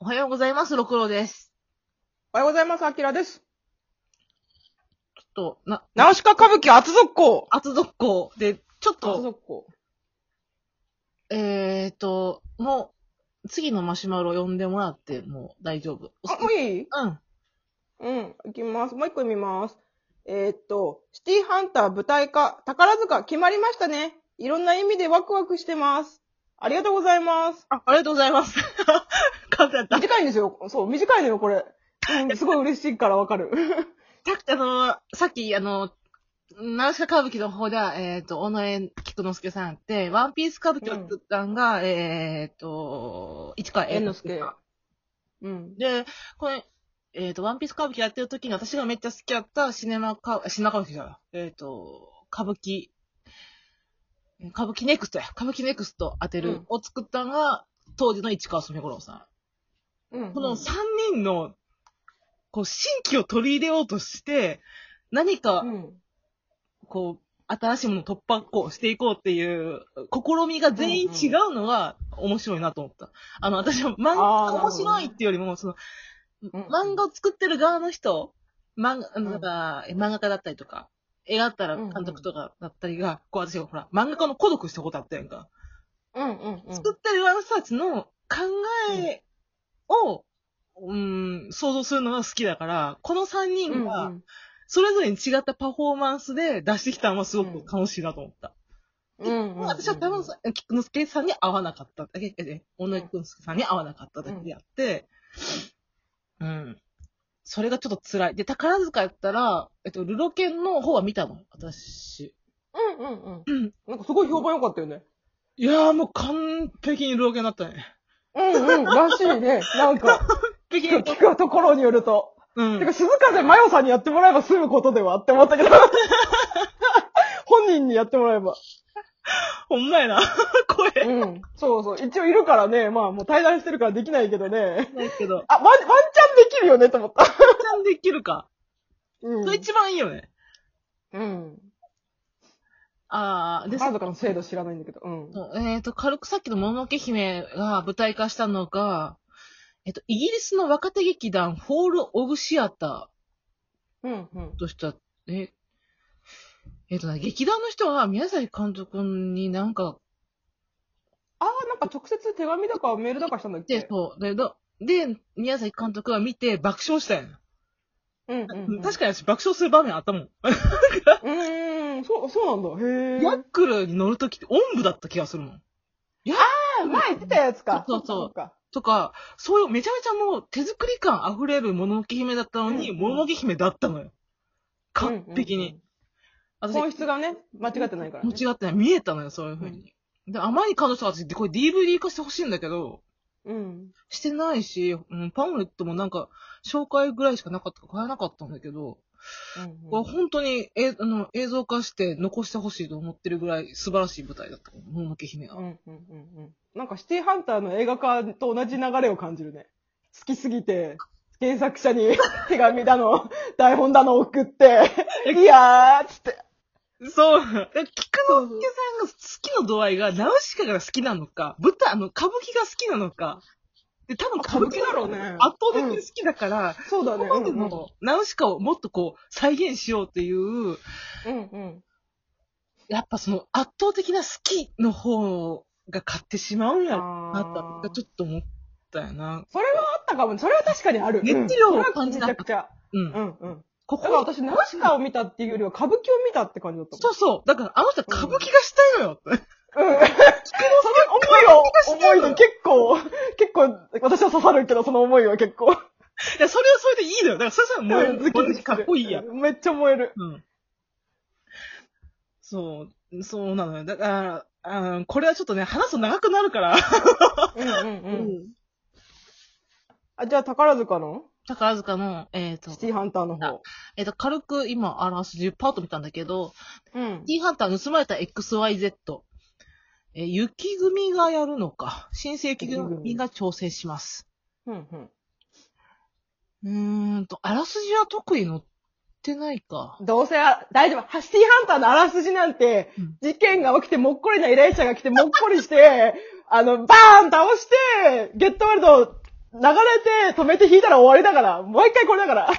おはようございます、六郎です。おはようございます、アキラです。ちょっと、な、ナウシカ歌舞伎厚続行厚続行で、ちょっ厚と、続行。えーと、もう、次のマシュマロ呼んでもらってもう大丈夫。お好あ、きもういいうん。うん、いきます。もう一個見ます。えーっと、シティハンター舞台化、宝塚決まりましたね。いろんな意味でワクワクしてます。ありがとうございます。あ、ありがとうございます。 感謝だ。短いんですよ。そう、短いのよ、これ。うん、すごい嬉しいからわかる。た、あの、さっき、あの、ナウシカ歌舞伎の方では、えーと、尾上菊之助さんって、ワンピース歌舞伎を作ったんが、えーと、市川猿之助さん。 うん。で、これ、えっ、と、ワンピース歌舞伎やってる時に私がめっちゃ好きだったシネマか、シネマ歌舞伎じゃない。えっ、と、歌舞伎、歌舞伎ネクストや。歌舞伎ネクスト当てる、うんを作ったのが、当時の市川染五郎さうんん。この3人の、こう、新規を取り入れようとして、何か、うん。こう、新しいものを突破こうしていこうっていう、試みが全員違うのが面白いなと思った。あの、私は漫あ画、ーなるほ面ど白いっていうよりも、その、うん漫画を作ってる側の人、漫画、んなんか、漫画家だったりとか、絵だったらうんうん監督とかだったりが、こう私がほら、漫画家の孤独したことあったやんか。うんうんうん。作ってる側の人たちの考えを、うん、想像するのが好きだから、この3人が、うんそれぞれに違ったパフォーマンスで出してきたのはすごく楽しいなと思った。うんうん。私は多分、菊之助さんに合わなかっただけで、小野井菊之助さんに合わなかっただけであって、うん。それがちょっと辛い。で、宝塚やったら、えっと、ルロケンの方は見たの、私。うんうんうん。なんかすごい評判良かったよね。いやーもう完璧にルロケンだったね。うんうん、らしいね。なんか。 完璧聞にく。聞くところによると。うんて。か、静風真世さんにやってもらえば済むことではって思ったけ ど。本人にやってもらえば。ほんまやな。 声。うん。そうそう。一応いるからね。まあ、もう対談してるからできないけどね。ないけど、ワンあ、ワン、ワンチャンできるよね、と思った。チャンできるか。うそれ一番いいよね。うん。あー、で、カードからの制度知らないんだけど。うん。そうえっ、と、軽くさっきのもののけ姫が舞台化したのが、えっと、イギリスの若手劇団、ホール・オブ・シアタうん、うんー。とした、え、えっとね、劇団の人が宮崎監督になんかあー、なんか直接手紙だかメールだかしたんだっ来てけ、そう、で、どで、宮崎監督が見て爆笑したやん。うん、うんうん。確かかに私爆笑する場面あったもん。に。うーん、そう、そうなんだ。へヤーックルに乗るときって、おんぶだった気がするもん。あー前言ってたやつか。そうそうそうっかっかとか、そういう、めちゃめちゃもう手作り感溢れるもののけ姫だったのに、うんうんもののけ姫だったのよ。完璧に。うんうんうん本質がね、間違ってないから、ね。間違ってない。見えたのよ、そういう風に。で、甘い彼女たちってこれ DVD 化してほしいんだけど、うん。してないし、うん、パンフレットもなんか、紹介ぐらいしかなかったから買えなかったんだけど、これ本当に、え、あの、映像化して残してほしいと思ってるぐらい素晴らしい舞台だった。もののけ姫が。うんうんうんうん。なんかシティハンターの映画化と同じ流れを感じるね。好きすぎて、原作者に 手紙だの、台本だの送って、いやーっつって。そう。え菊之助さんが好きの度合いが、ナウシカが好きなのか、舞台、あの、歌舞伎が好きなのか、で、多分歌舞伎だろうね。あ圧倒的に好きだから、そうだこね。こまでうんうんのナウシカをもっとこう、再現しようっていう、うんやっぱその圧倒的な好きの方が勝ってしまうんうん。やろなってあーちょっと思ったよな。それはあったかも。それは確かにある。熱量をうんそれは感じなめかちっゃたくちゃ。うん。うんうん。ここだから私、ナウシカを見たっていうよりは歌舞伎を見たって感じだったもん。そうそう。だからあの人は歌舞伎がしたいのよ。 うん。その思いを、思いに結構、結構、私は刺さるけど、その思いは結構。いや、それはそれでいいのよ。だからそしたら燃える好きかっこいいやん。めっちゃ燃える。うん。そう、そうなのよ。だから、あーこれはちょっとね、話すと長くなるから。うんううんうん。。あ、じゃあ宝塚の宝塚の、えっ、とシ、ティハンターのあ方。えっ、と、軽く今、あらすじパート見たんだけど、うん。 T ハンター盗まれた XYZ。えー、雪組がやるのか。新生雪組が調整します。うんうん。うーんと、あらすじは特に載ってないか。どうせあ、大丈夫。シティハンターのあらすじなんてうん、事件が起きてもっ こりな依頼者が来てもっこりして、あの、バーン倒して、ゲットワールド流れて止めて弾いたら終わりだから、もう一回こ れだから。もう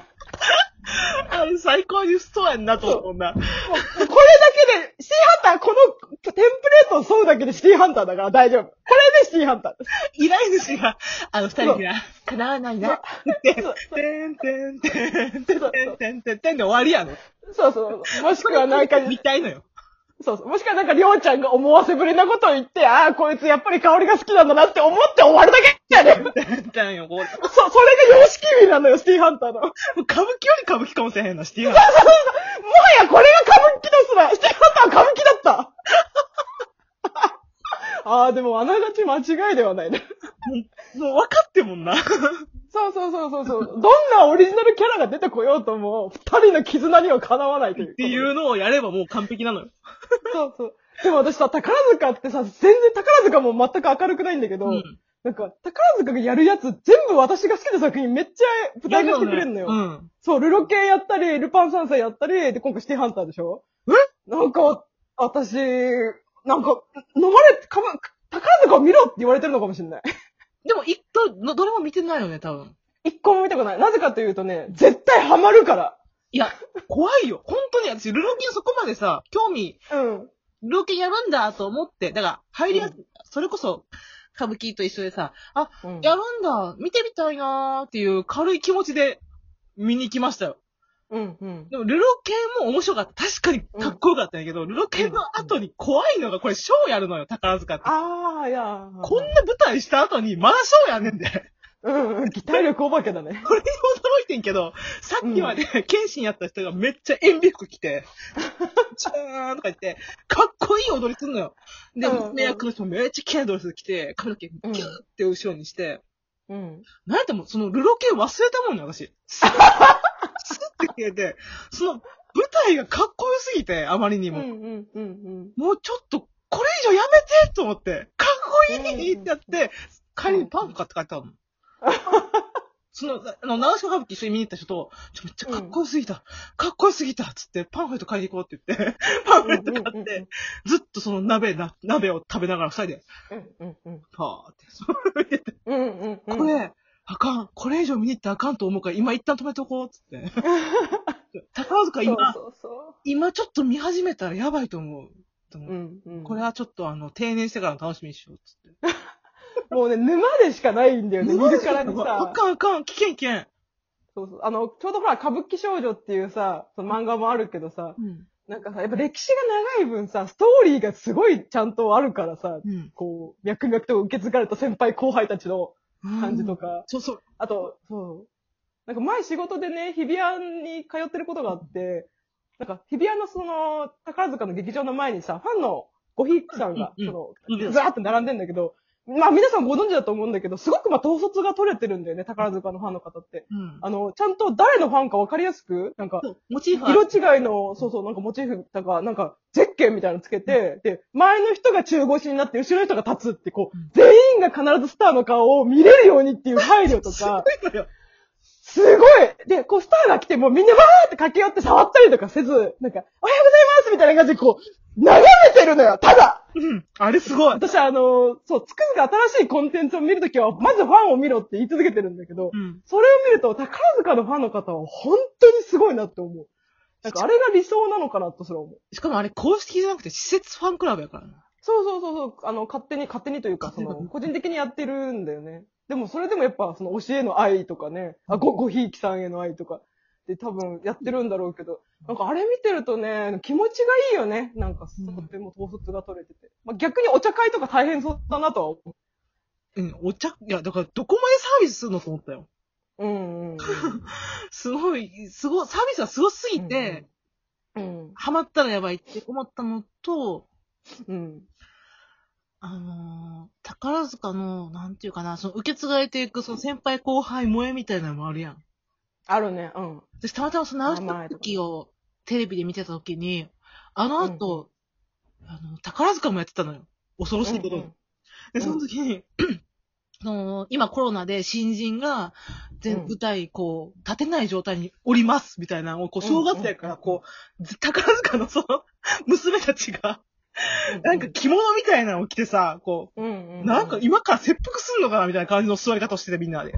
あれ最高にストアになと思ったもんな。これだけで、シティハンター、このテンプレートを沿うだけでシティハンターだから大丈夫。これでシティハンターです。依頼主が、あの、二人が、叶わないな、って、てんてんてんてんてんてんてんてんで終わりやの。そうそうそう。もしくはなんか、見たいのよ。そうそう。もしくはなんか、りょうちゃんが思わせぶりなことを言って、ああ、こいつやっぱり香りが好きなんだなって思って終わるだけやね。てんてんよ、こう。そ、それが様式美なのよ、シティハンターの。もは歌舞伎より歌舞伎かもしれへんな、シティハンター。やこれが歌舞伎ですら、シティハンターは歌舞伎だった。 ああ、でもあながち間違いではないね。もう分かってんもんな。そうそうそうそうそう。どんなオリジナルキャラが出てこようとも、二人の絆にはかなわないという。っていうのをやればもう完璧なのよ。そうそう。でも私さ、宝塚ってさ、全然宝塚も全く明るくないんだけど、うん。なんか、宝塚がやるやつ、全部私が好きな作品めっちゃ舞台化してくれるのよ。うん。そう、ルロケンやったり、ルパン三世やったり、で、今回シティハンターでしょえなんか、私、なんか、飲まれて、かま、宝塚を見ろって言われてるのかもしれない。 でも、一と、のどれも見てないよね、多分。一個も見たくない。なぜかというとね、絶対ハマるから。い や、怖いよ。本当に、私、ルロケンそこまでさ、興味、うん。ルロケンやるんだと思って、だから、入りやす、それこそ、歌舞伎と一緒でさ、あ、うんやるんだ、見てみたいなーっていう軽い気持ちで見に来ましたよ。うん、うん。でも、ルロケンも面白かった。確かにかっこよかったんやけど、ルロケンの後に怖いのが、これ、ショーやるのよ、宝塚って。ああ、いや。こんな舞台した後に、まだショーやんねんで。うん、うん、期待力お化けだね。これに驚いてんけど、さっきまで、剣心やった人がめっちゃ演美服着て、チャーンとか言って、かっこいい踊りすんのよ。で、うんうん娘役の人めっちゃ綺麗なドレス着て、髪の毛ギューって後ろにして、うん。なんやってもうそのルロケン忘れたもんね、 私。スッスッって消えて、その舞台がかっこよすぎて、あまりにうん、も。うん、うん、うん。もうちょっと、これ以上やめてと思って、かっこいいってやって、帰りにパンフ買って帰ったの。その、あの、長島歌舞伎一緒に見に行った人と、ちょ、めっちゃかっこよすぎた、かっこよすぎたっつって、パンフレット買いに行こうって言 って、パンフレット買って、ずっとその鍋な、鍋を食べながら二人で、うん、うん、うん。パーって、そう見ててうん、うん、うん。これ、あかん、これ以上見に行ったらあかんと思うから、今一旦止めとこうっつ って。宝塚そう今、そうそ今ちょっと見始めたらやばいと思う。と思っう。てん、うん。これはちょっとあの、定年してからの楽しみにしようっつって。もうね、沼でしかないんだよね、見るからにあさ。かんあかん、危険危険。そうそう。あの、ちょうどほら、歌舞伎少女っていうさ、その漫画もあるけどさ、うん。なんかさ、やっぱ歴史が長い分さ、ストーリーがすごいちゃんとあるからさ、うん。こう、脈々と受け継がれた先輩後輩たちの感じとか、そうそう。あと、そう。なんか前仕事でね、日比谷に通ってることがあって、なんか日比谷のその、宝塚の劇場の前にさ、ファンのごひいきさんが、うんうんそうんうの、んずらーって並んでんだけど、まあ皆さんご存知だと思うんだけど、すごくまあ統率が取れてるんだよね、宝塚のファンの方って。うん。あの、ちゃんと誰のファンかわかりやすく、なんか、そうモチーフは色違いの、そうそう、なんかモチーフとか、なんか、ゼッケンみたいなのつけて、で、前の人が中腰になって、後ろの人が立つって、こううん、全員が必ずスターの顔を見れるようにっていう配慮とすごか、いのよ。すごいで、こう、スターが来て、もうみんなわーって駆け寄って触ったりとかせず、なんか、おはようございますみたいな感じで、こう、眺めてるのよ、ただうん。あれすごい。私はあの、そう、つくづく新しいコンテンツを見るときは、まずファンを見ろって言い続けてるんだけどう、ん。それを見ると、宝塚のファンの方は本当にすごいなって思う。なんか、あれが理想なのかなとそれは思う。しかもあれ公式じゃなくて施設ファンクラブやからな。そうそうそうそう、あの、勝手に、勝手にというか、その、勝手に個人的にやってるんだよね。でも、それでもやっぱ、その、教えの愛とかね、あ、ご、ごひいきさんへの愛とか、で、多分、やってるんだろうけど、なんか、あれ見てるとね、気持ちがいいよね。なんか、うんとても統率が取れてて。まあ、逆にお茶会とか大変そうだなとは思う。うん。お茶、いや、だからどこまでサービスするのと思ったよ。うんうんすごい、すごい、サービスがすごすぎうんて、うん。うん。ハマったらやばいって思ったのと、うん。あのー、宝塚の、なんていうかな、その受け継がれていく、その先輩後輩萌えみたいなのもあるやん。あるね、うん。私、たまたまその直した時をテレビで見てた時に、あの後、あの、宝塚もやってたのよ。恐ろしいことに。で、その時に、 その、今コロナで新人が全うん舞台、こう、立てない状態におります、みたいなのを、こう、うんう正ん 月やから、こう、ず宝塚のその、娘たちが、なんか着物みたいなのを着てさ、こうんうんうう、ん、なんか今から切腹するのかなみたいな感じの座り方をしててみんなで。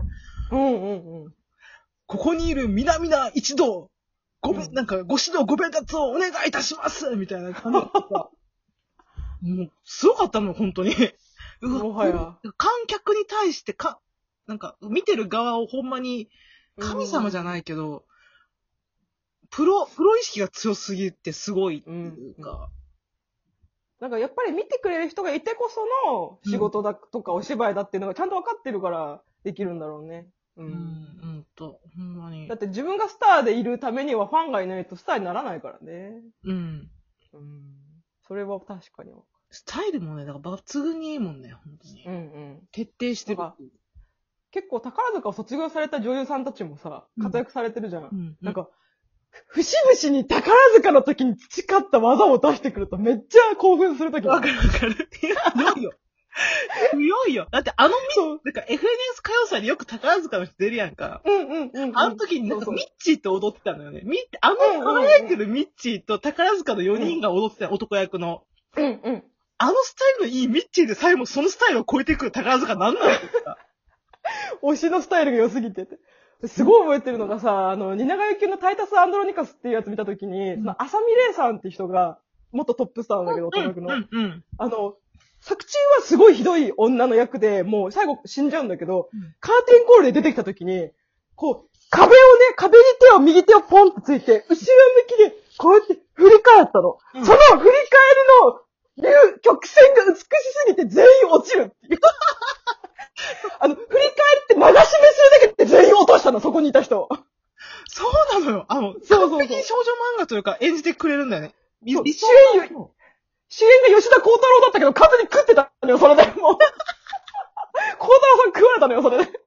うんうん うん。ここにいる皆々一同、ごめ、、うんんなんかご指導ご鞭達をお願いいたしますみたいな感じでさ もう、すごかったの、本当に。 うわもはや。観客に対してか、なんか、見てる側をほんまに、神様じゃないけど、プロ、プロ意識が強すぎてすごいっていうか、なんかやっぱり見てくれる人がいてこその仕事だとかお芝居だっていうのがちゃんと分かってるからできるんだろうね。ううん、うん、うんと、ほんまにだっ。て自分がスターでいるためにはファンがいないとスターにならないからね。うん。うん。それは確かに。うスタイルもね、だから抜群にいいもんね、本当に。んうん。徹底してる。結構宝塚を卒業された女優さんたちもさ、活躍されてるじゃん。うん。なんか、ふ節々に宝塚の時に培った技を出してくるとめっちゃ興奮するときわかるわかる。いや強いよ。強いよ。だってあのミそう。なんか FNS 歌謡祭によく宝塚の人出るやんか。うんうんうんうん。あの時になんかそうそうミッチーと踊ってたのよね。ミッあのうんうんうん輝いてるミッチーと宝塚の4人が踊ってた男役の。うんうん。あのスタイルのいいミッチーで最後そのスタイルを超えてくる宝塚なんなの 推しのスタイルが良すぎてて。すごい覚えてるのがさ、あの、蜷川幸雄のタイタス・アンドロニカスっていうやつ見たときに、うんその、浅見玲さんって人が、元トップスターなんだけど、音楽の。うんうん。あの、作中はすごいひどい女の役で、もう最後死んじゃうんだけど、うんカーテンコールで出てきたときに、こう、壁をね、壁に手を右手をポンってついて、後ろ向きで、こうやって振り返ったの。うんその振り返りの流、曲線が美しすぎて全員落ちる っていう。あの、振り返って流し目するだけで全員落としたの、そこにいた人。そうなのよ。あの、そうそうそう完璧に少女漫画というか演じてくれるんだよね。理そう想の主演よ主演が吉田幸 太郎だったけど、完全に食ってたのよ、それで。もう。幸太郎さん食われたのよ、それで。